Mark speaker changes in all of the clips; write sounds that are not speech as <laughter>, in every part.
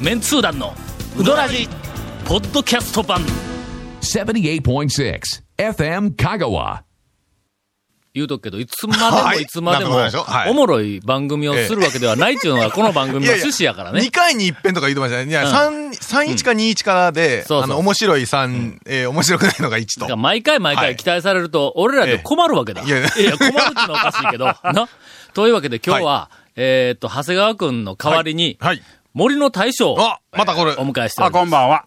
Speaker 1: メンツー団のウドラジポッドキャスト版
Speaker 2: 78.6 FM Kagawa.
Speaker 1: 言うとくけどいつまで
Speaker 3: は
Speaker 1: も
Speaker 3: い
Speaker 1: いつまでも
Speaker 3: なんかもうでしょはい
Speaker 1: おもろい番組をするわけではないっていうのがこの番組の趣旨やからね
Speaker 3: 2回に一遍とか言ってましたね。いや、三三一か二一からで、
Speaker 1: そうそう
Speaker 3: あの、面白い三、えー面白くないのが一と
Speaker 1: だから。毎回毎
Speaker 3: は
Speaker 1: 回
Speaker 3: い
Speaker 1: 期待されると、俺らで困るわけだ。
Speaker 3: え
Speaker 1: い
Speaker 3: え
Speaker 1: や
Speaker 3: い
Speaker 1: い
Speaker 3: や
Speaker 1: や、困るってのはおかしい
Speaker 3: <laughs>
Speaker 1: けど、な。というわけで今日は、えーっと、長谷川くんの代わりに、
Speaker 3: はい。
Speaker 1: 森の大将を
Speaker 3: あ、またこれ、
Speaker 1: お迎えしてお
Speaker 4: あ、
Speaker 1: りま
Speaker 4: こ
Speaker 1: す
Speaker 4: んばんは。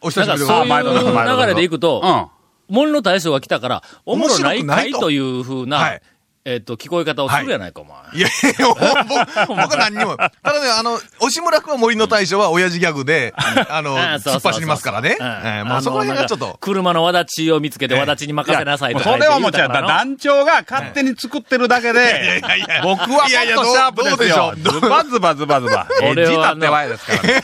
Speaker 3: お久しぶりでござい
Speaker 1: な
Speaker 3: ま
Speaker 1: ん
Speaker 3: す。
Speaker 1: かそういう流れでいくと
Speaker 4: うん。
Speaker 1: 森の大将が来たから、おもろないかい
Speaker 3: 面白くないと
Speaker 1: というふうな、
Speaker 3: はい
Speaker 1: えーっと、聞こえ方をするやないか、お前。
Speaker 3: いやいや、僕、僕は何にも。ただね、あの、押村君は森の大将は親父ギャグで、あ
Speaker 1: <laughs>
Speaker 3: の、
Speaker 1: ああそうそう
Speaker 3: 突っ
Speaker 1: そう
Speaker 3: 走りますからね。え
Speaker 1: うん
Speaker 3: ーもうそこら辺がちょ
Speaker 1: あ
Speaker 3: っ
Speaker 1: のなんか
Speaker 3: と。
Speaker 1: 車のわだちを見つけて、
Speaker 3: ええ
Speaker 1: わだちに任せなさいとか
Speaker 4: そ
Speaker 1: 言
Speaker 4: れはも
Speaker 1: 言
Speaker 4: う
Speaker 1: うた
Speaker 4: 違っ
Speaker 1: から
Speaker 4: た。
Speaker 1: な。
Speaker 4: 団長が勝手に作ってるだ
Speaker 3: <laughs>
Speaker 4: けで、僕はもっと
Speaker 3: い
Speaker 4: シ
Speaker 3: やいやどう
Speaker 4: ャープですよ。
Speaker 3: どうでしょう
Speaker 4: ズバズバズバズ
Speaker 3: <laughs>
Speaker 4: バ。え
Speaker 1: 俺
Speaker 4: 自
Speaker 1: はあ
Speaker 4: 他
Speaker 1: の
Speaker 4: 手前ですからね。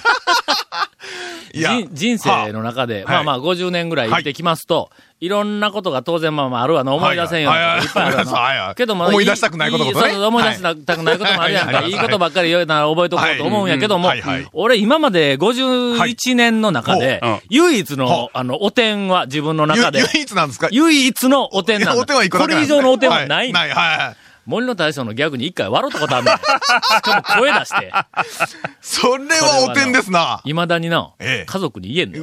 Speaker 3: いや
Speaker 1: 人人生の中で、まあまあ50年ぐらい生きてきますと、い、ろんなことが当然まあまああるわな、思い出せんようなこといっぱいあ
Speaker 3: <laughs>
Speaker 1: るわ
Speaker 3: はいは
Speaker 1: な。
Speaker 3: いはいはいはいはいはい
Speaker 1: けどまあ
Speaker 3: 思い出したくないこととかね
Speaker 1: そうそう思い出したくないこともあるやんか。
Speaker 3: はい
Speaker 1: い、いことばっかり言うなら覚えとこうと思うんやけども、
Speaker 3: はいはいはい
Speaker 1: 俺今まで51年の中で、
Speaker 4: はい
Speaker 1: 唯一
Speaker 3: ほ
Speaker 1: の
Speaker 3: う、
Speaker 1: あの、お点は自分の
Speaker 3: ゆ
Speaker 1: 中で、
Speaker 3: 唯一なんですか
Speaker 1: 唯一のお点なん
Speaker 3: いや
Speaker 1: だ。
Speaker 3: お手は一個だ
Speaker 1: こ
Speaker 3: けな
Speaker 1: れ
Speaker 3: ん
Speaker 1: 以
Speaker 3: です
Speaker 1: 上
Speaker 3: ね
Speaker 1: のお点はないんだ。
Speaker 3: はい、はい、はい。
Speaker 1: 森の大将のギャグに一回笑ったことあるん
Speaker 3: <laughs>
Speaker 1: だよ。しかも声出して、
Speaker 3: それはお点ですな。
Speaker 1: 未だにな、
Speaker 3: ええ
Speaker 1: 家族に言えんねん。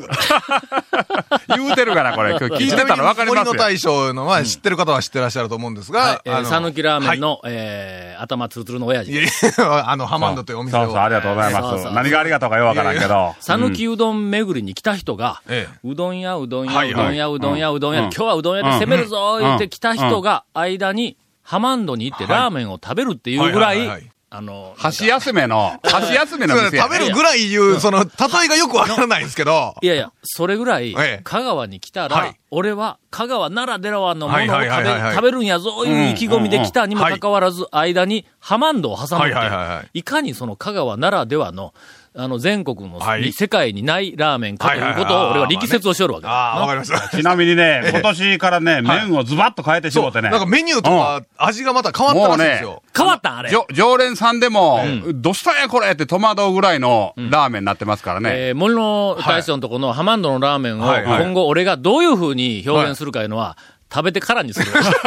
Speaker 1: 俺
Speaker 4: 言うてるから、これ。今日聞いてたらわかります
Speaker 3: 森の
Speaker 4: よ。
Speaker 3: 大将のは知ってる方は知ってらっしゃると思うんです
Speaker 1: はい
Speaker 3: が、、
Speaker 1: えー、さぬきラーメンの、えー、頭つるつるの親
Speaker 3: いや
Speaker 1: 父。
Speaker 3: いや、あの、ハマンドというお店を。
Speaker 4: そうそう、ありがとうござい
Speaker 1: そう
Speaker 4: ま
Speaker 1: そう
Speaker 4: す。何がありがとうかよくわからんけ
Speaker 3: いや
Speaker 4: ど。
Speaker 1: さぬきうどん巡りに来た人が、
Speaker 3: ええ
Speaker 1: うどん屋、うどん屋、
Speaker 3: はいは
Speaker 1: ど
Speaker 3: いう
Speaker 1: ん屋、うどん屋、うどん屋、
Speaker 4: うん
Speaker 1: 今日はうどん屋で攻めるぞ
Speaker 4: うん
Speaker 1: 言って来た人が、間に、ハマンドに行ってラーメンを食べるっていうぐら
Speaker 3: はいはいはいはいい、
Speaker 1: あの、
Speaker 4: 箸休めの、箸休めの
Speaker 3: そう
Speaker 4: 店や
Speaker 3: 食
Speaker 4: ね。
Speaker 3: べるぐらいいう、その、例えがよくわからないんですけど。
Speaker 1: いやいや、それぐらい
Speaker 3: ええ、
Speaker 1: 香川に来たら、
Speaker 3: はい
Speaker 1: 俺は香川ならではのものを食べ,、
Speaker 3: はいはいはいはい
Speaker 1: 食べるんやぞ、いう意気込みで来たにもかかわらず、間にハマンドを挟むっていう、
Speaker 3: はいいはいはいはい
Speaker 1: かにその香川ならではの、あの、全国の、
Speaker 3: はい
Speaker 1: 世界にないラーメンかということ
Speaker 3: はいはい
Speaker 1: を、
Speaker 3: はい
Speaker 1: 俺は力説をしよるわけだ。
Speaker 3: ああ、わかりました。
Speaker 4: ちなみにね、今年からね、麺をズバッと変えてし
Speaker 3: そ
Speaker 4: も
Speaker 3: う、
Speaker 4: うて
Speaker 3: な
Speaker 4: ね。
Speaker 3: んかメニューとか味がまた変わったらしいんです
Speaker 4: もう
Speaker 3: よ。
Speaker 1: 変わったんあれ
Speaker 4: じ。ょ常連さんでも、どうしたんやこれって戸惑うぐらいのラーメンになってますからね。
Speaker 1: えー、森の大将のとこのハマンドのラーメンを、
Speaker 3: はいはい
Speaker 1: 今後俺がどういう風に表現するかいうのは、食べてからにする。
Speaker 3: <laughs>
Speaker 1: <laughs>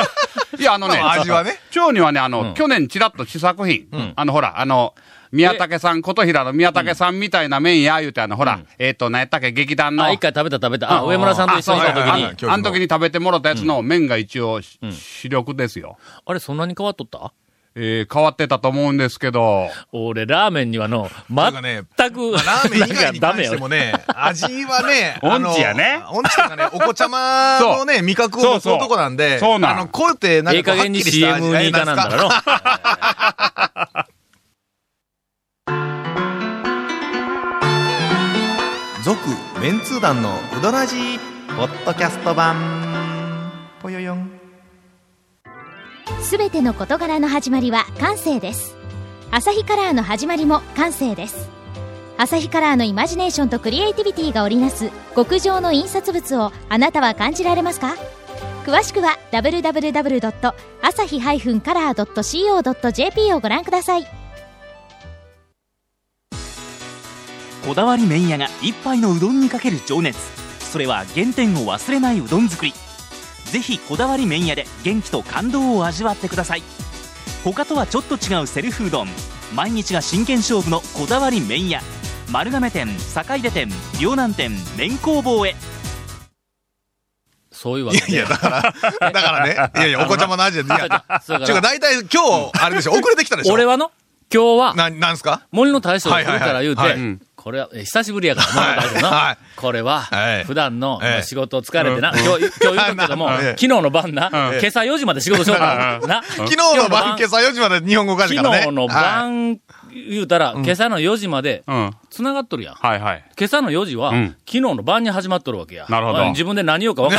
Speaker 4: いや、あのね、
Speaker 3: まあ味はね
Speaker 4: 蝶にはね、あの、去年ちらっと試作品、あの、ほら、あの、宮武さん、琴平の宮武さんみたいな麺や、言うて、あの、ほら、えっと、何やったっけ、劇団の。
Speaker 1: あ、一回食べた食べた。あ、上村さんと一緒にいた時
Speaker 3: はいはい
Speaker 1: に
Speaker 3: はい
Speaker 4: あ、のあの時に食べてもらったやつの麺が一応、し主力ですよ。
Speaker 1: あれそんなに変わっとった
Speaker 4: えー変わってたと思うんですけど、
Speaker 1: 俺、ラーメンにはの、
Speaker 3: んかね
Speaker 1: 全く、
Speaker 3: ラーメン以外に
Speaker 1: なんかダ
Speaker 3: 関
Speaker 1: メ
Speaker 3: してもね、味はね、
Speaker 4: <laughs> 音痴やね
Speaker 3: あの音痴と
Speaker 4: <laughs>
Speaker 3: かね、お子ちゃまのね、味覚を持つ男なんで、
Speaker 4: そうそうそうなん
Speaker 3: あの、こうやってなん
Speaker 1: え
Speaker 3: か
Speaker 1: え加減に CM に行かなんだ
Speaker 3: ろ。
Speaker 1: ろ。
Speaker 3: 続、メンツー団のうどらじ、ポッドキャスト版、ぽよよん。
Speaker 5: すべての事柄の始まりは感性ですアサヒカラーの始まりも感性ですアサヒカラーのイマジネーションとクリエイティビティが織りなす極上の印刷物をあなたは感じられますか詳しくは www.asahi-color.co.jp をご覧ください
Speaker 6: こだわり麺屋が一杯のうどんにかける情熱それは原点を忘れないうどん作りぜひこだわり麺屋で元気と感動を味わってください他とはちょっと違うセルフうどん毎日が真剣勝負のこだわり麺屋丸亀店坂出店両南店麺工房へ
Speaker 1: そういうわけ
Speaker 3: い
Speaker 1: で。
Speaker 3: や、だから、だからね、いやいや、お子ちゃまの味は、いや、
Speaker 1: そう
Speaker 3: ちゅう
Speaker 1: <laughs> だ
Speaker 3: か
Speaker 1: か
Speaker 3: 大体今日、あれでしょ、遅れてきたでし
Speaker 1: ら、
Speaker 3: ょ。
Speaker 1: 俺はの、今日は、
Speaker 3: な、なんすか
Speaker 1: 森の大将が来るから言う
Speaker 3: はいはい
Speaker 4: はいはい
Speaker 1: て、これは、え久しぶりやから、森の大将
Speaker 3: は。
Speaker 1: ないこれ
Speaker 3: は
Speaker 1: は、
Speaker 3: い
Speaker 1: 普段の
Speaker 3: ええ
Speaker 1: 仕事を疲れてな、今日、今日言うとくけども、
Speaker 3: なな
Speaker 1: 昨日の晩な、今
Speaker 3: うん
Speaker 1: 朝4時まで仕事しようから、な。
Speaker 3: 昨日の晩、今朝4時まで日本語歌詞
Speaker 1: 昨
Speaker 3: からね。
Speaker 1: 日の
Speaker 3: はい
Speaker 1: 晩、言うたら、今朝の4時まで
Speaker 4: う、ん。は
Speaker 1: 繋がっとるやん。
Speaker 4: いはい。
Speaker 1: 今朝の4時は、
Speaker 4: うん
Speaker 1: 昨日の晩に始まっとるわけや。
Speaker 4: なるほど
Speaker 1: まあ自分で何をか分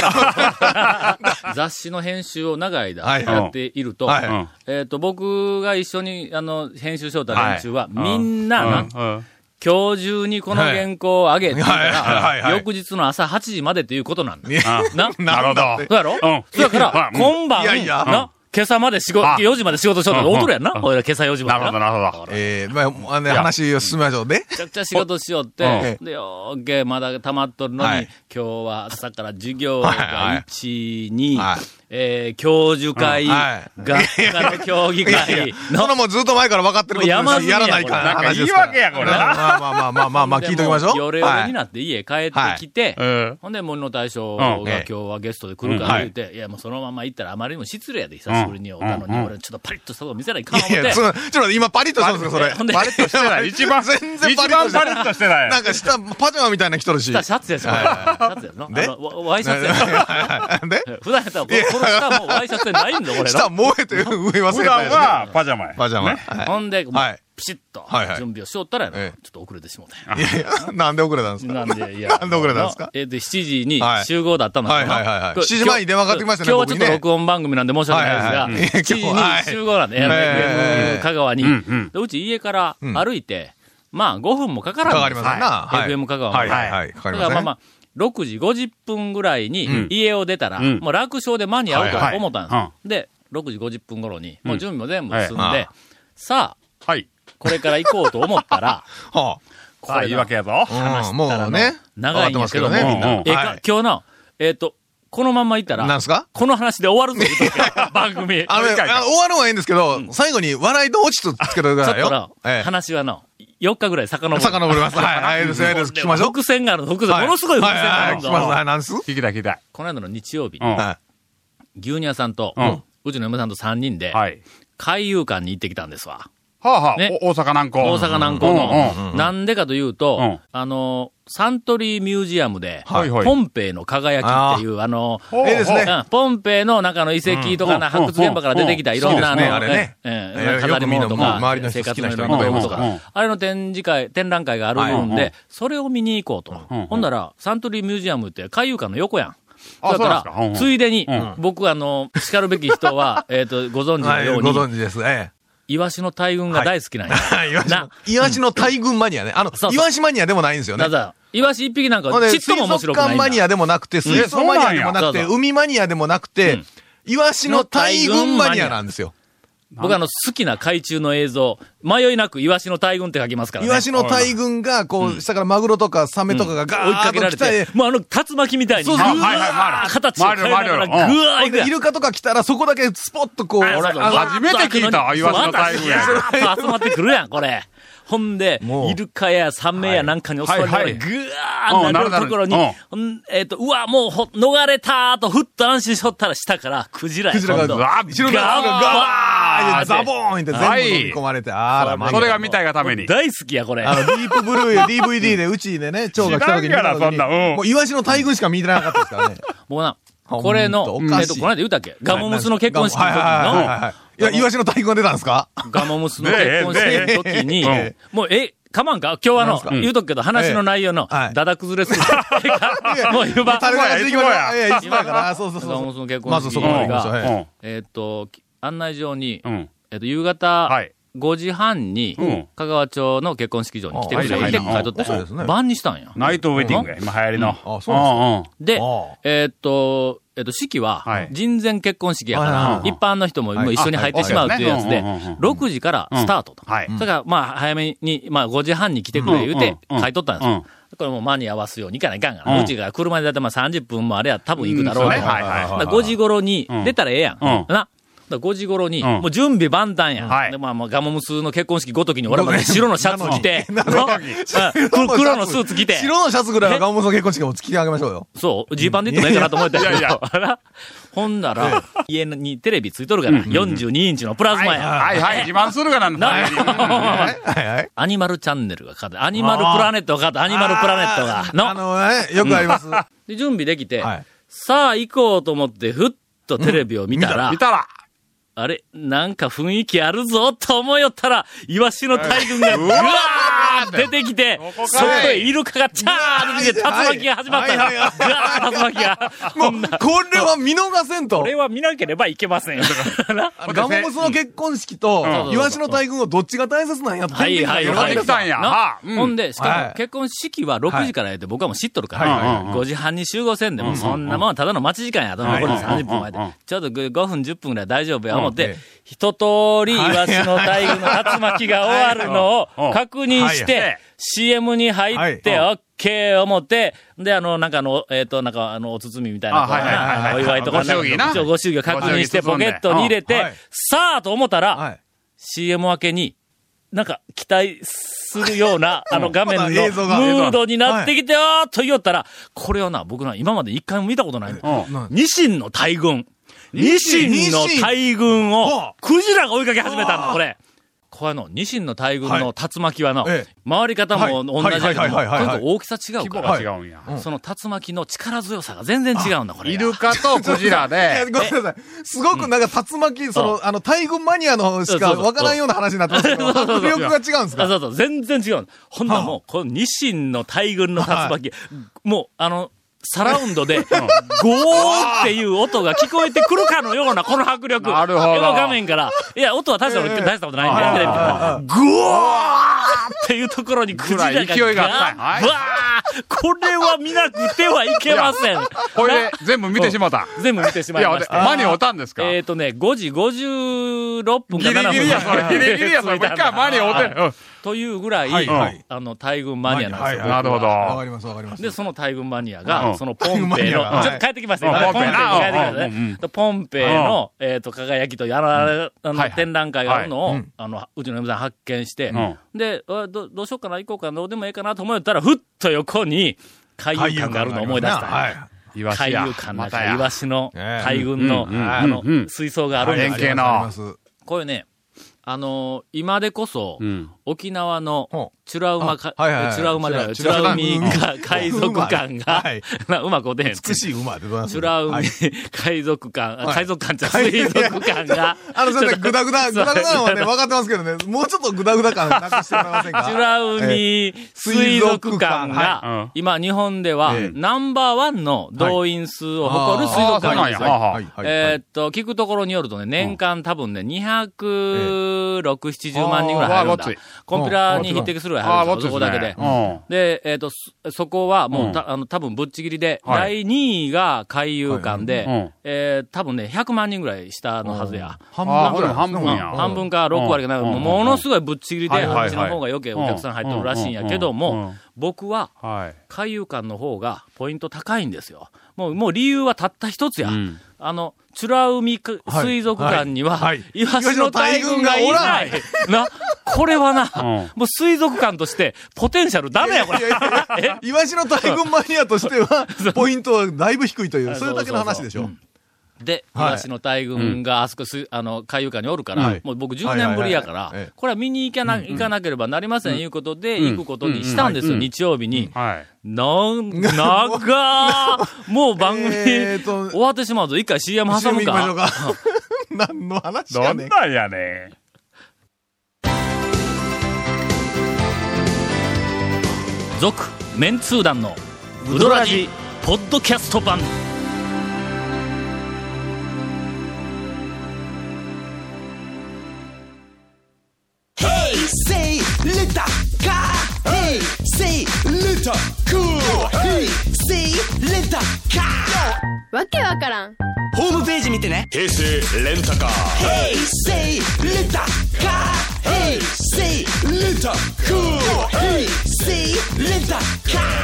Speaker 1: からん。 <laughs> 雑誌の編集を長い間
Speaker 3: はい
Speaker 1: やっていると、
Speaker 3: はい
Speaker 4: うん
Speaker 1: えっ、と、僕が一緒に、あの、編集しようた
Speaker 4: はい
Speaker 1: 連中は、みんなな、
Speaker 4: うんうん
Speaker 1: 今日中にこの原稿を上げて言うから、
Speaker 3: はいはいはいはい
Speaker 1: 翌日の朝8時までということなんだ。
Speaker 3: いや
Speaker 4: あ
Speaker 1: な、そう
Speaker 3: なるほど。
Speaker 1: やろ、
Speaker 4: うん
Speaker 1: そうやから、
Speaker 4: うん
Speaker 1: 今晩、
Speaker 3: いやいや
Speaker 1: な、今朝まで仕事、
Speaker 4: あ
Speaker 1: 4時まで仕事しようと、
Speaker 4: うん
Speaker 1: おとるやんな、俺ら今朝4時ま
Speaker 4: な
Speaker 1: で
Speaker 4: るほど、なるほど。
Speaker 3: えー、まあ、あのね、話を進めましょうね。
Speaker 1: ちゃくちゃ仕事しよって、で、よーけ、まだ溜まっとるのに、
Speaker 3: はい
Speaker 1: 今日は朝から授業
Speaker 3: はいはい
Speaker 1: が1、2、
Speaker 3: はい
Speaker 1: えー教授会、
Speaker 3: うんはい
Speaker 1: 学科の競技
Speaker 3: いやいや
Speaker 1: 会
Speaker 3: <laughs> そんな
Speaker 1: の、
Speaker 3: もんずっと前から分かってることです
Speaker 1: もう山積みや
Speaker 3: やらないから
Speaker 4: なんか
Speaker 3: 話
Speaker 4: 言
Speaker 3: で
Speaker 4: い
Speaker 3: すから
Speaker 4: 訳
Speaker 3: <laughs>
Speaker 4: や、これな。
Speaker 3: まあまあまあまあまあまあ、聞いときまし
Speaker 1: で
Speaker 3: ょう。
Speaker 1: もう夜夜
Speaker 3: は
Speaker 1: に
Speaker 3: い
Speaker 1: なって家帰ってきて、
Speaker 4: うん
Speaker 1: ほんで、森の大将が
Speaker 4: うん
Speaker 1: 今日はゲストで来るから言うて、いや、もうそのまま行ったらあまりにも失礼やで、久しぶりに会うたのに、
Speaker 4: うん
Speaker 1: 俺ちょっとパリッとしたとこ見せないかん思っ
Speaker 3: い
Speaker 1: て。
Speaker 3: やいや、そのちょっと待って今パリッとしたんですか、それ。
Speaker 1: ほんで、
Speaker 4: パリッとしてない。一番、
Speaker 3: 全然
Speaker 4: 一
Speaker 3: パ
Speaker 4: 番
Speaker 3: リッとして
Speaker 4: パ
Speaker 3: ない
Speaker 4: リッとしてない。
Speaker 3: なんか下、パジャマみたいなの着とるし。
Speaker 1: シャツやし、これシ
Speaker 3: <laughs>
Speaker 1: ャツやろ
Speaker 3: で
Speaker 1: あのワワイシャツやろ
Speaker 3: <laughs> で
Speaker 1: 普段やったら、この下はもうワイシャツでないんだ、俺
Speaker 3: 下
Speaker 1: ら。
Speaker 3: 燃えて上忘れたや
Speaker 4: 普段
Speaker 3: つね
Speaker 4: はパジャマや。
Speaker 3: パジャマ。
Speaker 4: ね
Speaker 3: は
Speaker 1: ほんで、もう
Speaker 3: はい
Speaker 1: ピシッと
Speaker 3: はいはい
Speaker 1: 準備をしよったらやな、
Speaker 3: ええ
Speaker 1: ちょっと遅れてしもうたん
Speaker 3: いいやいや、なんで遅れたんです
Speaker 1: や。な
Speaker 3: か
Speaker 1: んで、いや。
Speaker 3: <laughs> なんで遅れたんですか
Speaker 1: あのえっと、7時に
Speaker 3: はい
Speaker 1: 集合だったのかな
Speaker 3: はいはいはいはい
Speaker 1: これ
Speaker 3: 7時前に電話かかってきましたね
Speaker 1: 今日
Speaker 3: 僕
Speaker 1: 今日はちょ
Speaker 3: にね
Speaker 1: っと録音番組なんで申し訳
Speaker 3: はいはい
Speaker 1: な
Speaker 3: はいい
Speaker 1: で
Speaker 3: い
Speaker 1: すが、
Speaker 3: や今日は
Speaker 1: 7時に集合なんで、いや
Speaker 3: ええ
Speaker 1: 香川に、
Speaker 4: うんうん
Speaker 1: でうち家から歩いて、まあ5分もかからん
Speaker 3: か
Speaker 1: ん
Speaker 3: か
Speaker 1: で
Speaker 3: り
Speaker 1: す
Speaker 3: ますな。はい
Speaker 1: FM 香川ま
Speaker 3: は
Speaker 1: で
Speaker 3: いはいはい。かか
Speaker 1: だか
Speaker 3: り
Speaker 1: らまあ
Speaker 3: ま
Speaker 1: まあ、6時50分ぐらいに
Speaker 4: ん
Speaker 1: 家を出たら、
Speaker 4: うん
Speaker 1: もう楽勝で間に合う
Speaker 4: はいは
Speaker 1: と
Speaker 4: い
Speaker 1: 思ったんです。
Speaker 4: うん
Speaker 1: で、6時50分頃に、もう準備も全部
Speaker 4: うん
Speaker 1: 済んで、
Speaker 3: はい
Speaker 1: さあ、
Speaker 4: はい。
Speaker 1: これから行こうと思
Speaker 3: <laughs>
Speaker 1: ったら、
Speaker 3: すね。は
Speaker 1: これ
Speaker 4: あ、
Speaker 1: な
Speaker 4: 言い訳やぞ。
Speaker 3: あうんもうね。
Speaker 1: 長いん
Speaker 3: 終わ
Speaker 1: で
Speaker 3: ってま
Speaker 1: すすけ
Speaker 3: け
Speaker 1: ど
Speaker 3: ど
Speaker 1: も、
Speaker 3: ね、みん
Speaker 4: う
Speaker 3: な。
Speaker 4: んう
Speaker 1: え
Speaker 4: ん
Speaker 1: ーか
Speaker 3: はい
Speaker 1: 今日の、えっ、と、このまんま行ったら、
Speaker 3: なんすか
Speaker 1: この話で終わるぞ、言うとったから
Speaker 3: <laughs>
Speaker 1: 番組。
Speaker 3: あのね、
Speaker 4: もう一回
Speaker 3: あ終わるのはいいんですけど、最後に笑いと落ちとつけてくだ
Speaker 1: ちょ
Speaker 3: さ
Speaker 1: っ
Speaker 3: い
Speaker 1: とな
Speaker 3: よ。ええ。
Speaker 1: 話はな、4日ぐらい遡る。
Speaker 3: 遡ります。はい、はい、です、はい、です。聞きましょう。
Speaker 1: 伏線があるの、伏線、
Speaker 3: はい
Speaker 1: ものすごい伏線があ
Speaker 3: はい、は
Speaker 1: る
Speaker 3: い、聞
Speaker 1: んだ
Speaker 3: きます。はい、なんす
Speaker 4: 聞きたい聞きたい。
Speaker 1: この間の日曜日、
Speaker 4: うん。
Speaker 3: は
Speaker 1: 牛乳屋さんと、
Speaker 4: う
Speaker 1: うんちの嫁さんと3人で、
Speaker 4: はい。
Speaker 1: 海遊館に行ってきたんですわ。
Speaker 4: はあはあ
Speaker 1: ね、
Speaker 4: お大阪南港。
Speaker 1: 大阪南港
Speaker 4: うんうん
Speaker 1: の。なんでかというと、
Speaker 4: うん
Speaker 1: あの、サントリーミュージアムで、
Speaker 4: はいはい
Speaker 1: ポンペイの輝きっていう、あの、
Speaker 4: ほう
Speaker 3: い。いいですね。
Speaker 1: うんポンペイの中の遺跡とかな、
Speaker 4: うん
Speaker 1: 発掘現場から出てきた
Speaker 4: うん
Speaker 1: いろんな、
Speaker 3: そうですね
Speaker 1: の
Speaker 3: あれね
Speaker 1: え
Speaker 3: いや
Speaker 1: え飾り物と
Speaker 3: よくみんな
Speaker 1: か、
Speaker 3: 周りの人
Speaker 1: 生
Speaker 3: 好
Speaker 1: 活
Speaker 3: きな
Speaker 1: のい
Speaker 3: 人
Speaker 1: ろんなものと
Speaker 4: うんうんうん
Speaker 1: か、あれの展示会、展覧会があるん
Speaker 4: はい
Speaker 1: で、それを見に行こうと
Speaker 4: うんうん。
Speaker 1: ほんなら、サントリーミュージアムって海遊館の横やん。
Speaker 4: あ
Speaker 1: だ
Speaker 4: そうなんですかうん
Speaker 1: か
Speaker 4: うん
Speaker 1: ら、ついでに
Speaker 4: うん、
Speaker 1: 僕、あの、叱るべき人は、 <laughs> えっと、ご存知
Speaker 3: は
Speaker 1: の
Speaker 3: い、
Speaker 1: よう
Speaker 3: ご
Speaker 1: に、
Speaker 3: 存知です。え
Speaker 1: イワシの大群が大好きなんや。
Speaker 3: え。イワシの
Speaker 1: な、
Speaker 3: イワシの大群マニアね。あの
Speaker 1: そう、そう
Speaker 3: イワシマニアでもないんですよね
Speaker 1: た。だ、イワシ一匹なんか
Speaker 3: ほんで
Speaker 1: ちっとも面白くない
Speaker 3: 水族館
Speaker 1: んだ。
Speaker 3: マニアでもなくて、水
Speaker 4: えそう
Speaker 3: 槽マニ
Speaker 4: な
Speaker 3: ア
Speaker 4: んや
Speaker 3: でもなくて、
Speaker 1: そうそ
Speaker 3: 海マニアでもなくて、
Speaker 1: うん
Speaker 3: イワシの大群マニアなんですよ。
Speaker 1: 僕あの、好きな海中の映像、迷いなくイワシの大群って書きますからね。
Speaker 3: イワシの大群が、こう、下からマグロとかサメとかがガ
Speaker 1: 追い
Speaker 3: ー
Speaker 1: か
Speaker 3: ッ
Speaker 1: けられ
Speaker 3: と来て
Speaker 1: て、、もうあの、竜巻みたいに、
Speaker 3: そうそう
Speaker 1: ぐわー
Speaker 4: はいはい回る
Speaker 1: 形を変えながら、
Speaker 4: 回る
Speaker 1: ぐ
Speaker 4: 回る
Speaker 1: わーいくやん
Speaker 3: イルカとか来たら、そこだけスポッとこう、
Speaker 1: あそうそう
Speaker 3: あの
Speaker 4: 初めて聞いた
Speaker 1: わーっと
Speaker 4: イワシの大群や
Speaker 1: わーっと集まってくるやん、これ。ほんで
Speaker 3: も、う
Speaker 1: イルカやサメやなんかに襲われなが
Speaker 4: は
Speaker 1: ら、
Speaker 4: いはい
Speaker 1: ぐわーなるところに
Speaker 4: うんなるなる、
Speaker 1: ほんえっと、うわ、もうほ、逃れたーと、ふっと安心しとったら、下から、クジラや
Speaker 3: クジラが
Speaker 1: 今度
Speaker 3: ガーッ、後ろから
Speaker 1: ガ
Speaker 3: ガー
Speaker 1: バー
Speaker 3: ッて
Speaker 1: ン
Speaker 3: ザボーンって全部飲み込まれて、あら、まあ
Speaker 4: それが見たいがために。
Speaker 1: 大好きや、これ。
Speaker 3: あの、ディープブルーや
Speaker 1: <laughs>
Speaker 3: DVD で、うちでね、蝶が来た時に見た時
Speaker 4: 知
Speaker 3: に、
Speaker 4: らんがなそんなうん
Speaker 3: もうイワシの大群しか見てなかったですからね。
Speaker 1: もうな、
Speaker 3: ほんと
Speaker 1: これの
Speaker 3: お、
Speaker 1: えっ、
Speaker 3: かしい
Speaker 1: と、この間言うたっけガモムスの結婚式の時
Speaker 3: はいはいはい
Speaker 1: の、
Speaker 3: はいいや、イワシの大群が出たんですか
Speaker 1: ガモムスの結婚式の時に
Speaker 4: ねえねえ、
Speaker 1: もう、え、かまんか今日は
Speaker 3: なんす
Speaker 1: の
Speaker 3: か、
Speaker 1: 言うとくけど、話の内容の、
Speaker 3: ええはい
Speaker 1: だだ崩れする。ええかもう <laughs> 言うば、
Speaker 3: タレ流していきましょう。
Speaker 4: いつもや
Speaker 3: いや、いつもやから。あそうそう
Speaker 1: ガモ
Speaker 3: そ
Speaker 1: ム
Speaker 3: う
Speaker 1: ス。の結
Speaker 3: ま
Speaker 1: 婚
Speaker 3: ず
Speaker 1: 式
Speaker 3: そこまで行きましょう
Speaker 1: が、
Speaker 3: はい
Speaker 4: うん
Speaker 1: えっ、と、案内状に、
Speaker 4: うん。
Speaker 1: えっ、と、夕
Speaker 4: は
Speaker 1: 方
Speaker 4: い、
Speaker 1: 5時半に、
Speaker 4: うん
Speaker 1: 香川町の結婚式場に来てくれ、
Speaker 4: あはい
Speaker 1: って書いとった
Speaker 3: そうですね
Speaker 1: 晩にしたんや。
Speaker 4: ナイトウェディングや、今流行りの。
Speaker 3: うんあそうなん
Speaker 4: うんうん。
Speaker 1: で
Speaker 3: ああ、
Speaker 1: えーっと、えーっと、式
Speaker 4: は、
Speaker 1: はい人前結婚式やか
Speaker 3: はいはい
Speaker 1: ら、
Speaker 3: はい
Speaker 1: 一般の人ももう一緒に入ってしまうっていうやつ
Speaker 4: は
Speaker 1: で、
Speaker 4: いはいはい
Speaker 1: 6時からスタートと。
Speaker 4: はい。
Speaker 1: それから、まあ、早めに、まあ、5時半に来てくれ言うて
Speaker 4: うんうんう、ん
Speaker 1: 書いとったんです
Speaker 4: うん
Speaker 1: よ。これもう間に合わすようにいかないかんが
Speaker 4: う
Speaker 1: ら、
Speaker 4: ん
Speaker 1: うちが車でだってまあ30分もあれや多分行くだろう
Speaker 4: ね。
Speaker 1: と。
Speaker 4: はい
Speaker 1: だ
Speaker 4: はい
Speaker 1: か
Speaker 4: は
Speaker 1: ら5時頃に
Speaker 4: うん
Speaker 1: 出たらええやん。
Speaker 4: うん
Speaker 1: な。だから5時頃に、
Speaker 4: うん
Speaker 1: もう準備万端や
Speaker 4: はい
Speaker 1: ん。で、まあ、まあガモムスの結婚式ごときに俺も白のシャツ着
Speaker 4: <laughs>
Speaker 1: て、うん
Speaker 3: 黒の
Speaker 1: 黒のスーツ着て。
Speaker 3: 白のシャツぐらいはガモムスの結婚式も突き上げましょうよ。
Speaker 1: そう、ジーパンでいってもいいか <laughs> なと思ってたけど
Speaker 4: いやい
Speaker 1: ほんなら、家にテレビついとるから、42インチのプラズ
Speaker 4: い。
Speaker 1: マ
Speaker 4: はい
Speaker 1: や。
Speaker 4: はいはい。自慢するがなんだ。
Speaker 3: はいはい。
Speaker 1: アニマルチャンネルがかかって、アニマルプラネットがかかって、アニマルプラネットが。の
Speaker 3: あのね、よくあります。は
Speaker 1: で、準備できて、
Speaker 3: い。
Speaker 1: さあ行こうと思って、ふっとテレビを見たら、
Speaker 4: 見たら。
Speaker 1: あれ、なんか雰囲気あるぞと思いよったら、イワシの大群が、うわー出てきて、
Speaker 4: こ
Speaker 1: そ
Speaker 4: か
Speaker 1: こ
Speaker 4: い
Speaker 1: へイルカがチャーって出て、竜巻が始まったの。
Speaker 3: はい
Speaker 1: ぐ <laughs>
Speaker 3: は
Speaker 1: わー竜巻が。
Speaker 3: もう、これは見逃せんと
Speaker 1: こ。れは見なければいけませんよ。
Speaker 3: ガモムスの結婚式と
Speaker 1: う、ん
Speaker 3: イワシの大群をどっちが大切なんやって。
Speaker 1: はいはい
Speaker 4: やっ
Speaker 1: は
Speaker 4: て
Speaker 1: い。
Speaker 4: きたんや
Speaker 1: な
Speaker 4: はあうん
Speaker 1: ほんで、しか
Speaker 3: は
Speaker 1: も
Speaker 3: い
Speaker 1: 結婚式は6時からやって、僕はもう知っとるか
Speaker 4: はいはい
Speaker 1: ら、
Speaker 4: はい
Speaker 1: 5時半に集合せんで、もうそんなもんはただの待ち時間やと、残り
Speaker 4: はい
Speaker 1: 30分前で
Speaker 4: うんうんうん。
Speaker 1: ちょっと5分、10分ぐらい大丈夫や思っ
Speaker 3: うん
Speaker 1: て、一通りイワシの大群の竜巻が終わるのを確認しして、CM に入って、
Speaker 3: は
Speaker 1: オッケー思って、で、あの、なんかあの、えっ、と、なんかあの、お包みみたいな、
Speaker 4: あはいはいはいはい
Speaker 1: こうなお祝いとか
Speaker 4: ご祝儀な
Speaker 1: 一応ご祝儀を確認して、
Speaker 4: ご
Speaker 1: ポ
Speaker 4: 祝儀包んで
Speaker 1: ケットに入れて、
Speaker 3: うんはい
Speaker 1: さあと思ったら、
Speaker 3: はい。
Speaker 1: CM 明けに、なんか期待するよう
Speaker 3: <laughs>
Speaker 1: な、あの画面の
Speaker 3: ま
Speaker 1: ム
Speaker 3: だ映像が
Speaker 1: ードになってきて、あーっと言おったら、これはな、僕な、今まで一回も見たことないの
Speaker 4: うん
Speaker 3: なん
Speaker 1: ニシンの大群。ニシンの大群
Speaker 3: ほ
Speaker 1: を、クジラが追いかけ始めたの、これ。これの、ニシンの大群の竜巻はな、
Speaker 3: ええ
Speaker 1: 回り方も同じだけども、
Speaker 3: はい
Speaker 1: と
Speaker 3: はいはいはい
Speaker 1: に
Speaker 3: は
Speaker 1: か
Speaker 3: い
Speaker 1: く大きさ違う
Speaker 4: 規
Speaker 1: か
Speaker 4: 模
Speaker 1: ら、
Speaker 4: が違うんや。
Speaker 3: い
Speaker 1: その竜巻の力強さが全然違うんだ、これが。
Speaker 4: イルカとクジラ
Speaker 3: い <laughs> や
Speaker 4: で、
Speaker 3: ごめんなさい。すごくなんか竜巻、そ
Speaker 1: うん
Speaker 3: の、あの、大群マニアのしか
Speaker 1: そうそうそう
Speaker 3: わからんような話になってますけど、
Speaker 1: そうそうそう
Speaker 3: 迫力が違うんです
Speaker 1: あ
Speaker 3: か
Speaker 1: そうそう、全然違うの。ほんならもう、このニシンの大群の竜巻、もう、あの、サラウンドで、ゴ <laughs> ーっていう音が聞こえてくるかのような、この迫力。
Speaker 4: なるほど
Speaker 1: でも画面から、いや、音は大したこと、
Speaker 3: ええ
Speaker 1: 大したことないんだよ、テレビでゴーっていうところにクジラが
Speaker 4: ぐらい勢いがあったん
Speaker 1: ガ
Speaker 4: や
Speaker 1: ー
Speaker 4: はい
Speaker 1: わーこれは見なくてはいけません。
Speaker 4: これで全部見てしまった。
Speaker 1: 全部見てし
Speaker 4: い
Speaker 1: まい
Speaker 4: や、
Speaker 1: ま
Speaker 4: で
Speaker 1: した。
Speaker 4: 間に合うたんですか
Speaker 1: えっ、とね、5時56分
Speaker 4: ギ
Speaker 1: か
Speaker 4: リ
Speaker 1: 7分
Speaker 4: ギリ
Speaker 1: <laughs>
Speaker 4: や、それ。ギリギリや、それ。もう一回間に合うてんよ。
Speaker 1: というぐらい、
Speaker 3: はいはい
Speaker 1: あの、大群マニアなんですよ。
Speaker 3: マニアはい
Speaker 4: なるほ
Speaker 3: わか
Speaker 4: ど。
Speaker 3: りますわかります。
Speaker 1: で、その大群マニアが、
Speaker 4: うん
Speaker 1: そのポン
Speaker 3: 大
Speaker 1: ペイ
Speaker 3: 群マニア
Speaker 1: の、
Speaker 3: がはい
Speaker 1: ちょっと帰ってきますね。
Speaker 4: うん
Speaker 1: ポンペイに
Speaker 4: ポンペイな
Speaker 1: 帰ってきますね。
Speaker 4: うんうんうん
Speaker 1: でポンペイの、えっ、と、輝きとやら、あの、
Speaker 4: はいはい
Speaker 1: 展覧会があるのを、
Speaker 3: はいうん
Speaker 1: あの、うちの嫁さん発見して、
Speaker 4: うん
Speaker 1: で、あど、どうしようかな、行こうかな、どうでもいいかなと思ったら、ふっと横に、海遊館があるのを思い出した。
Speaker 3: はい。
Speaker 4: イワシ
Speaker 1: 海遊
Speaker 4: や。
Speaker 1: 館の
Speaker 4: ま
Speaker 1: 中
Speaker 4: た
Speaker 1: イ
Speaker 4: や。
Speaker 1: ワシの
Speaker 3: ええ
Speaker 1: 大群の、
Speaker 4: うんうんうん
Speaker 1: あの、
Speaker 4: うん
Speaker 1: 水槽があるんで
Speaker 4: は
Speaker 1: す
Speaker 4: い
Speaker 1: よ。
Speaker 4: 円形の
Speaker 3: ありますあります
Speaker 1: これね、あのー今でこそ、
Speaker 4: ん
Speaker 1: 沖縄の
Speaker 3: ほ
Speaker 1: チュラウマか、
Speaker 3: あはいはいはい
Speaker 1: チュラウマじゃない、チ
Speaker 3: チ
Speaker 1: ュ
Speaker 3: ュラ
Speaker 1: ラウミ
Speaker 3: チュラウミ
Speaker 1: 海賊館が、
Speaker 3: はい
Speaker 1: <laughs> なうまくおでへん。
Speaker 3: 美しい馬でございます。
Speaker 1: チュラウミ
Speaker 3: はい
Speaker 1: 海賊館、あ
Speaker 3: はい
Speaker 1: 海賊館じゃない、水族館が、
Speaker 3: あの、すいません、グダグダ、
Speaker 1: う
Speaker 3: グダグダのはね、分かってますけどね、もうちょっとグダグダ感なくしてもらえませんか
Speaker 1: チ
Speaker 3: <laughs>
Speaker 1: ュラウミ水族館
Speaker 4: はいうん
Speaker 1: が、今日本では
Speaker 3: ええ
Speaker 1: ナンバーワンの動員数を誇る水
Speaker 4: ああ、
Speaker 1: 族
Speaker 4: そ
Speaker 1: 館
Speaker 4: うな
Speaker 1: なんんで
Speaker 4: や。
Speaker 1: す
Speaker 4: は
Speaker 1: よ。
Speaker 4: あはあ
Speaker 3: はいはいは
Speaker 1: えー
Speaker 3: い。
Speaker 1: っと、聞くところによるとね、年間多分ね、206、7万人ぐらい入るん
Speaker 4: あーわあごっ
Speaker 1: だ
Speaker 4: つい。
Speaker 1: コンピュラに匹敵するぐらい
Speaker 4: ああ、
Speaker 1: 入
Speaker 4: ぼ
Speaker 1: る
Speaker 4: っ
Speaker 1: ん
Speaker 4: ち
Speaker 1: だ
Speaker 4: で
Speaker 1: よ、そこだ
Speaker 4: す
Speaker 1: けで
Speaker 4: ね。。う
Speaker 1: で、えっ、と、そそこはもう、
Speaker 4: うん
Speaker 1: たあの多分ぶっちぎりで、
Speaker 4: は
Speaker 1: 第2位が海遊館で、
Speaker 4: ん。うん。
Speaker 1: えー多分ね、100万人ぐらい下のはずや。
Speaker 3: 半
Speaker 4: ああ、
Speaker 3: 分ぐ
Speaker 4: ほ
Speaker 3: ら
Speaker 4: ら、
Speaker 3: い。
Speaker 4: 半分や。
Speaker 1: 半分か6割かなんか、
Speaker 4: うん
Speaker 1: もうものすごいぶっちぎりで、
Speaker 4: はいはいはい
Speaker 1: あっちの方が余計お客さん入ってるらしいんやけど
Speaker 4: うんうんうん
Speaker 1: も
Speaker 4: うん、
Speaker 1: 僕は
Speaker 4: はい。
Speaker 1: 海遊館の方がポイント高いんですよ。もう、もう理由はたった一つや。
Speaker 4: うん
Speaker 1: あの、チュラウミか
Speaker 3: はい
Speaker 1: 水族館には、
Speaker 3: はいはい
Speaker 1: イワシの大群がいない。な、これはな、もう水族館としてポテンシャルダメや、これ。え
Speaker 3: イワシの大群マニアとしては、ポイントはだいぶ低いという、それだけの話でしょ。
Speaker 1: で、イ
Speaker 3: はい
Speaker 1: ワシの大群があそこす、あの、海遊館におるから、
Speaker 3: はい
Speaker 1: もう僕10年ぶりやか
Speaker 3: はいはいはい
Speaker 1: ら
Speaker 3: ええ、
Speaker 1: これは見に行かな、行かなければなりません、いうことで、行くことにしたんですよ、
Speaker 4: うん
Speaker 1: 日曜日に。
Speaker 4: はい。
Speaker 1: なん、長ーもう番組、
Speaker 3: えーと
Speaker 1: 終わってしまうぞ。一回 CM 挟む
Speaker 3: CM 行きましょう
Speaker 1: か。
Speaker 3: か。 <laughs> 何の話
Speaker 4: ど
Speaker 3: や
Speaker 4: ん
Speaker 3: ねん。
Speaker 4: なんやねん。
Speaker 1: 続、メンツー団の、ウドラジ、ポッドキャスト版。
Speaker 7: Say Luta Ka Hey Say Luta Cool Hey Say Luta Ka
Speaker 8: わけわからん
Speaker 7: ホームページ見てね平成レンタカー Hey Say Luta Ka Hey Say Luta Cool Hey Say Luta Ka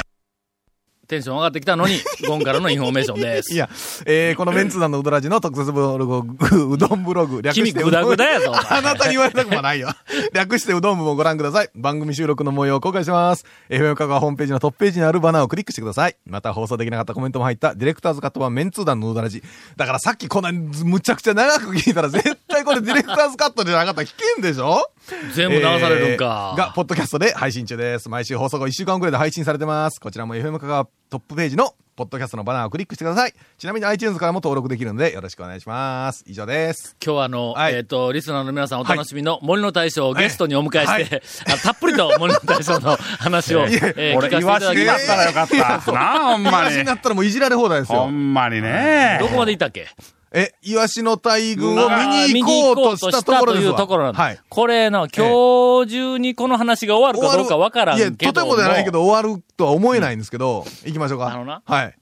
Speaker 1: テンション上がってきたの
Speaker 3: <laughs>
Speaker 1: に、ゴンからのインフォメーションです。
Speaker 3: いや、えー、このメンツ団のうどらじの特設ブログ、うどんブログ、略 <laughs> して
Speaker 1: 君グダグダやぞお前
Speaker 3: <laughs> あなたに言われたくもないよ。 <laughs> 略してうどん部もご覧ください。番組収録の模様を公開してます。FM 香川ホームページのトップページにあるバナーをクリックしてください。また放送できなかったコメントも入った、ディレクターズカット版メンツー団のうどらじ。だからさっきこんなにむちゃくちゃ長く聞いたら絶対これディレクターズカットじゃなかったら聞けんでしょ
Speaker 1: 全部流されるんか
Speaker 3: えーが、ポッドキャストで配信中です。毎週放送後1週間くらいで配信されてます。こちらも FM 香川トップページのポッドキャストのバナーをクリックしてください。ちなみに iTunes からも登録できるのでよろしくお願いします。以上です。
Speaker 1: 今日はあの、
Speaker 3: はい
Speaker 1: えっ、と、リスナーの皆さんお楽しみの森の大将をゲストにお迎えして、あたっぷりと森の大将の話
Speaker 3: <laughs>
Speaker 1: を、えー聞かせ
Speaker 4: 俺、
Speaker 1: てい
Speaker 4: イ
Speaker 1: た
Speaker 4: ワ
Speaker 1: だ
Speaker 4: シ
Speaker 1: き
Speaker 4: に
Speaker 1: ま
Speaker 4: な
Speaker 1: し
Speaker 4: ったたらよかった。なあ、ほん
Speaker 3: イ
Speaker 4: ま
Speaker 3: ワシ
Speaker 4: に
Speaker 3: にな。ったらもういじられ放題です
Speaker 4: ほ
Speaker 3: よ。
Speaker 4: んまにね
Speaker 1: ど。こまで行ったっけ
Speaker 3: え、イワシの大群を見に行こうとしたところです
Speaker 1: いう
Speaker 3: わ
Speaker 1: ところなんだ。
Speaker 3: はい。
Speaker 1: これの、今日中にこの話が終わるかどうかわからん
Speaker 3: い
Speaker 1: けど
Speaker 3: や、
Speaker 1: も。
Speaker 3: とてもじゃないけど終わるとは思えないんですけど、行きましょうか。
Speaker 1: あのな
Speaker 3: はい。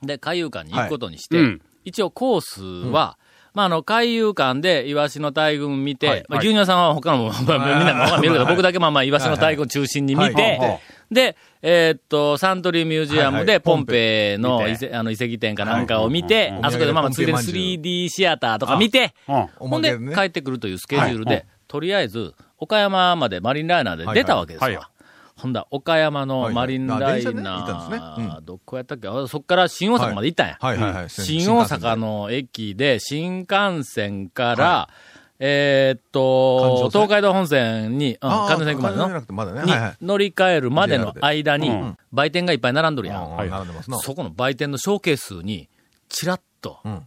Speaker 1: で、海遊館に行くことにして、
Speaker 4: はいうん
Speaker 1: 一応コースは、まあ、あの、海遊館で、イワシの大群見て、まあ、牛乳さんは他のも、まあみんなもまあ見るけど、僕だけまあまあ、イワシの大群中心に見て、で、えーっと、サントリーミュージアム
Speaker 3: はいは
Speaker 1: で、
Speaker 3: い
Speaker 1: ポンペイの
Speaker 4: 見
Speaker 1: 遺
Speaker 4: て
Speaker 1: 跡あの遺跡展かなんかを見て、あそこでまあまあ、ついでに 3D シアターとか見て、
Speaker 4: うん。
Speaker 3: お
Speaker 1: ほ
Speaker 3: ま
Speaker 1: ん
Speaker 3: け
Speaker 1: で
Speaker 3: でね。
Speaker 1: 帰ってくるというスケジュール
Speaker 4: はい
Speaker 1: で、とりあえず、岡山までマリンライナーで出たわけです
Speaker 4: はいはい
Speaker 1: わ。ほんだら、岡山のマリンライ
Speaker 3: はいはいあ電車
Speaker 1: ナ
Speaker 3: でね行ったんですね
Speaker 1: ー、どこやったっけあそっから新大阪まで行ったんや。
Speaker 3: はいはいはい。
Speaker 1: 新大阪の駅で新幹線から、えーっと
Speaker 3: 環状、線
Speaker 1: 東海道本線に、うん
Speaker 3: あー、
Speaker 1: 関東線行くまで
Speaker 3: 関東線じゃな
Speaker 1: の
Speaker 3: くてまだね。
Speaker 1: に
Speaker 3: はいはい。
Speaker 1: 乗り換えるまでの間に
Speaker 4: うん、
Speaker 1: 売店がいっぱい並んどるやん。
Speaker 3: はい、並んでますな。
Speaker 1: そこの売店のショーケースに、ちらっと
Speaker 3: うん、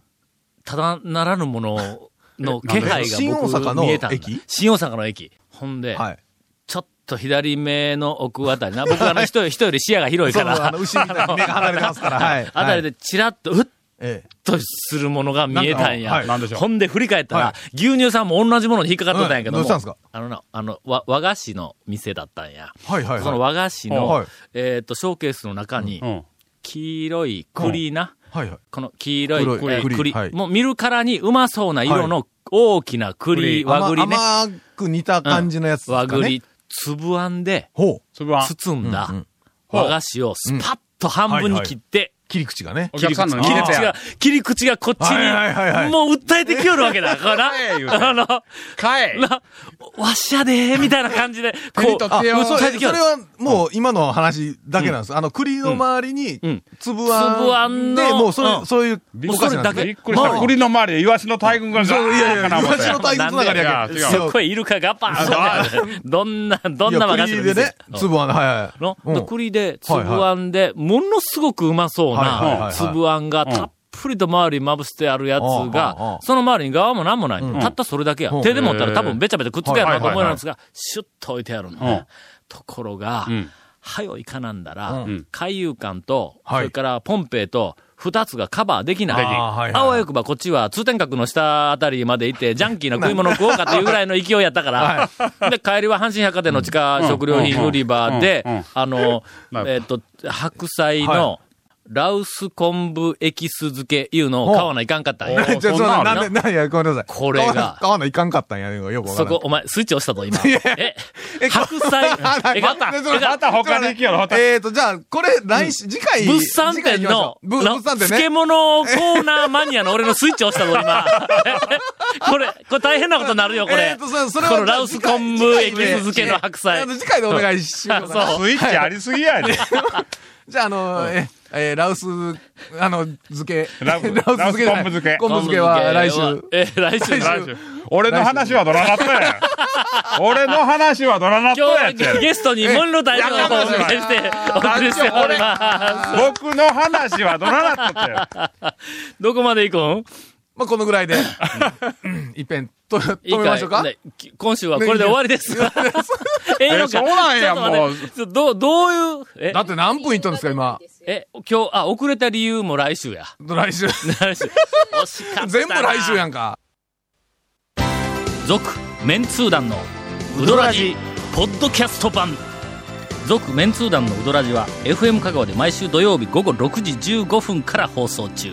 Speaker 1: ただならぬものの
Speaker 4: えなんで
Speaker 1: 気配が
Speaker 3: 新大阪
Speaker 1: 僕
Speaker 3: の
Speaker 1: 見えたんだ
Speaker 3: 駅。
Speaker 1: 新大阪の駅。ほんで、
Speaker 3: はい。
Speaker 1: ちょっと左目の奥あたりな。僕あ
Speaker 3: <laughs>
Speaker 1: の人より人より視野が広いか
Speaker 3: そうそうあ
Speaker 1: ら
Speaker 3: の、後ろに
Speaker 1: <laughs>
Speaker 3: 目が離れてますから。はい。
Speaker 1: あたり
Speaker 3: で。
Speaker 1: でちらっと、うっ
Speaker 3: ええ。
Speaker 1: ちょっとするものが見えたんや。
Speaker 4: なんかはいなんでしょう
Speaker 1: ほんで振り返ったら、
Speaker 3: はい
Speaker 1: 牛乳さんも同じものに引っかかっとったんやけども、
Speaker 3: はいどうしたんです
Speaker 1: あのな、あの、わ和菓子の店だったんや。
Speaker 3: はいはいはい。
Speaker 1: その和菓子の、
Speaker 3: はい
Speaker 1: えっ、と、ショーケースの中に、
Speaker 4: うん。
Speaker 1: 黄色い栗な、
Speaker 3: はいはい。
Speaker 1: この黄色いえー
Speaker 3: 黒い
Speaker 1: 栗、
Speaker 3: 栗はい
Speaker 1: もう見るからにうまそうな色の大きな栗、和栗ね。
Speaker 3: 甘甘く似た感じのやつですか
Speaker 1: 和
Speaker 3: ね。
Speaker 1: 栗、粒あんで
Speaker 3: ほう。
Speaker 4: それは、
Speaker 1: 包んだ
Speaker 3: うんうん
Speaker 1: 和菓子をスパッと半分に切って、
Speaker 3: 切り口がね。
Speaker 4: お客さんの
Speaker 1: 切
Speaker 4: 切
Speaker 1: り
Speaker 4: れ
Speaker 1: 口
Speaker 4: て
Speaker 1: が
Speaker 4: や。、
Speaker 1: 切り口がこっち
Speaker 3: はいはいはいはい
Speaker 1: に、もう訴えてきよるわけだ
Speaker 3: <laughs>
Speaker 1: から、
Speaker 4: ええ言う
Speaker 1: <laughs>
Speaker 4: て
Speaker 1: あの、
Speaker 4: 買え
Speaker 1: な、わっしゃでー、みたいな感じ
Speaker 3: <laughs>
Speaker 1: で、こ
Speaker 4: 手に
Speaker 1: う、
Speaker 4: 取ってよ
Speaker 1: あ
Speaker 3: あそ
Speaker 1: 訴え
Speaker 3: れ
Speaker 1: て
Speaker 3: そ
Speaker 1: きよる
Speaker 3: れ。はもう今の話だけなんです。あの、栗の周り
Speaker 1: う
Speaker 3: に
Speaker 1: ん、
Speaker 3: 粒あん。
Speaker 1: 粒あんの
Speaker 3: で、もう
Speaker 1: う
Speaker 3: そ
Speaker 1: ん
Speaker 3: う、そういう、
Speaker 1: もうそれだけ
Speaker 4: びっくりした。栗の周りでイワシの大群がガーッかな思
Speaker 3: イ
Speaker 4: っ
Speaker 3: ワ <laughs>
Speaker 4: て
Speaker 3: シの大群つながりやけ
Speaker 4: い
Speaker 3: ど
Speaker 4: や違う
Speaker 1: すっごいイルカがバーンどんな、ど
Speaker 3: い
Speaker 1: ん
Speaker 3: や
Speaker 1: な和菓子
Speaker 3: 栗
Speaker 1: の
Speaker 3: で
Speaker 1: 店
Speaker 3: ね、粒あん、はい
Speaker 1: <laughs>
Speaker 3: はい。
Speaker 1: の、
Speaker 3: うん
Speaker 1: で栗で、粒あんで、ものすごくうまそう
Speaker 3: はいはいはいは
Speaker 1: ない粒あんがたっぷりと周りにまぶしてあるやつ
Speaker 3: うんうんう
Speaker 1: が
Speaker 3: ん、
Speaker 1: その周りに側もなんもない。たったそれだけや
Speaker 3: う。ん
Speaker 1: 手で持ったら多分べちゃべちゃくっつけやろうなと思う
Speaker 4: はいはいはい
Speaker 1: んですが、シュッと置いてあるの
Speaker 4: う
Speaker 1: ね
Speaker 4: ん。
Speaker 1: ところが
Speaker 4: ん、、
Speaker 1: はよいかなんだら
Speaker 3: うん
Speaker 1: 海遊館と、
Speaker 3: はい
Speaker 1: それからポンペイと、二つがカバーできない。
Speaker 4: できん
Speaker 3: あーはいはい
Speaker 1: あわよくばこっちは通天閣の下あたりまで行って、
Speaker 3: <laughs>
Speaker 1: ジャンキーな食い物食おうかというぐらいの勢いやったから、で、帰りは阪神百貨店の地下食料品売り場で
Speaker 4: うんうんうん、
Speaker 1: あの、
Speaker 4: な
Speaker 1: えっと、白菜のラウス昆布エキス漬けいうのを買わないかんかったんや
Speaker 3: <laughs>
Speaker 4: お。
Speaker 3: じゃあ、
Speaker 4: そ
Speaker 3: そ
Speaker 4: ん
Speaker 3: うな
Speaker 4: なの
Speaker 3: んで、なんや、ごめんなさい。
Speaker 1: これが
Speaker 3: 買わな買わないかんかったんや、よくわからん
Speaker 1: そこ、お前、スイッチ押したぞ、今。え、白
Speaker 3: あな
Speaker 1: 菜、
Speaker 3: い
Speaker 1: えが、
Speaker 3: でそ
Speaker 1: え
Speaker 3: れ
Speaker 1: が
Speaker 4: また他に行きよろまた
Speaker 3: えーと、じゃあ、これ、来週、次回。
Speaker 1: 物産展の、
Speaker 3: ぶ
Speaker 1: の
Speaker 3: 物産展
Speaker 1: 漬
Speaker 3: ね。
Speaker 1: 物コーナーマニアの俺のスイッチ押したぞ、今。 <laughs> これ、これ大変なことになるよ、これ。
Speaker 3: えーと、そそれ
Speaker 1: こ
Speaker 3: は
Speaker 1: のラウス昆布エキス漬けの白菜
Speaker 3: あの次回でお願いしようか
Speaker 1: <laughs>
Speaker 3: な
Speaker 1: そう
Speaker 4: スイッチありすぎやで。
Speaker 3: じゃあ、あの、え、えー、ラウス、あの、漬け。 <laughs>
Speaker 4: ラウス
Speaker 3: じゃない
Speaker 4: ラウス昆布漬け
Speaker 3: 昆布漬けは来週。
Speaker 1: えー、来週。
Speaker 4: 来週俺の話はドラなったや
Speaker 1: <laughs>
Speaker 4: ん。俺の話はドラなった
Speaker 1: 今日
Speaker 4: や
Speaker 1: は
Speaker 4: んち。
Speaker 1: ゲストにモンロ大将をお迎えしてお送りしております。
Speaker 4: 僕の話はドラなったって。
Speaker 1: どこまで行くん
Speaker 3: まあ、このぐら <coughs> いで、いっぺん、と、
Speaker 1: いい
Speaker 3: 止めましょうか。
Speaker 1: ねき今週はこれで終わりです。 <laughs> ええのか
Speaker 4: そうなんやもう
Speaker 1: ちょっと待ってちょっとどう、どういう、え
Speaker 3: だ、って何分いったんですか、今。
Speaker 1: え、今日、あ、遅れた理由も来週や。
Speaker 3: 来
Speaker 1: <laughs>
Speaker 3: 週。
Speaker 1: 来週。惜しかったな。
Speaker 3: 全部来週やんか。
Speaker 1: 続メンツー団のウドラジポッドキャスト版続メンツー団のウドラジは FM 香川で毎週土曜日午後6時15分から放送中